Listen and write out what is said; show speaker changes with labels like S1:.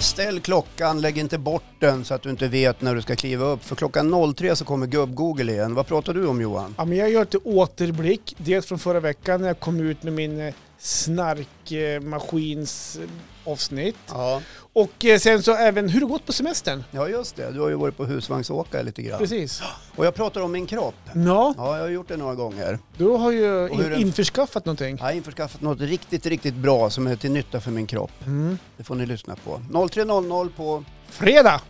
S1: Ställ klockan, lägg inte bort den så att du inte vet när du ska kliva upp. För klockan 03 så kommer gubb-Google igen. Vad pratar du om Johan?
S2: Ja, men jag gör lite återblick. Dels från förra veckan när jag kom ut med min eh, snarkmaskins avsnitt.
S1: Ja.
S2: Och eh, sen så även hur det gått på semestern.
S1: ja, just det. Du har ju varit på husvagnsåkare lite grann.
S2: Precis.
S1: Och jag pratar om min kropp.
S2: Ja,
S1: Ja, jag har gjort det några gånger.
S2: du har ju
S1: Och hur
S2: in,
S1: den-
S2: införskaffat någonting.
S1: Jag har införskaffat något riktigt, riktigt bra som är till nytta för min kropp.
S2: Mm.
S1: Det får ni lyssna på. 03.00 på
S2: Fredag!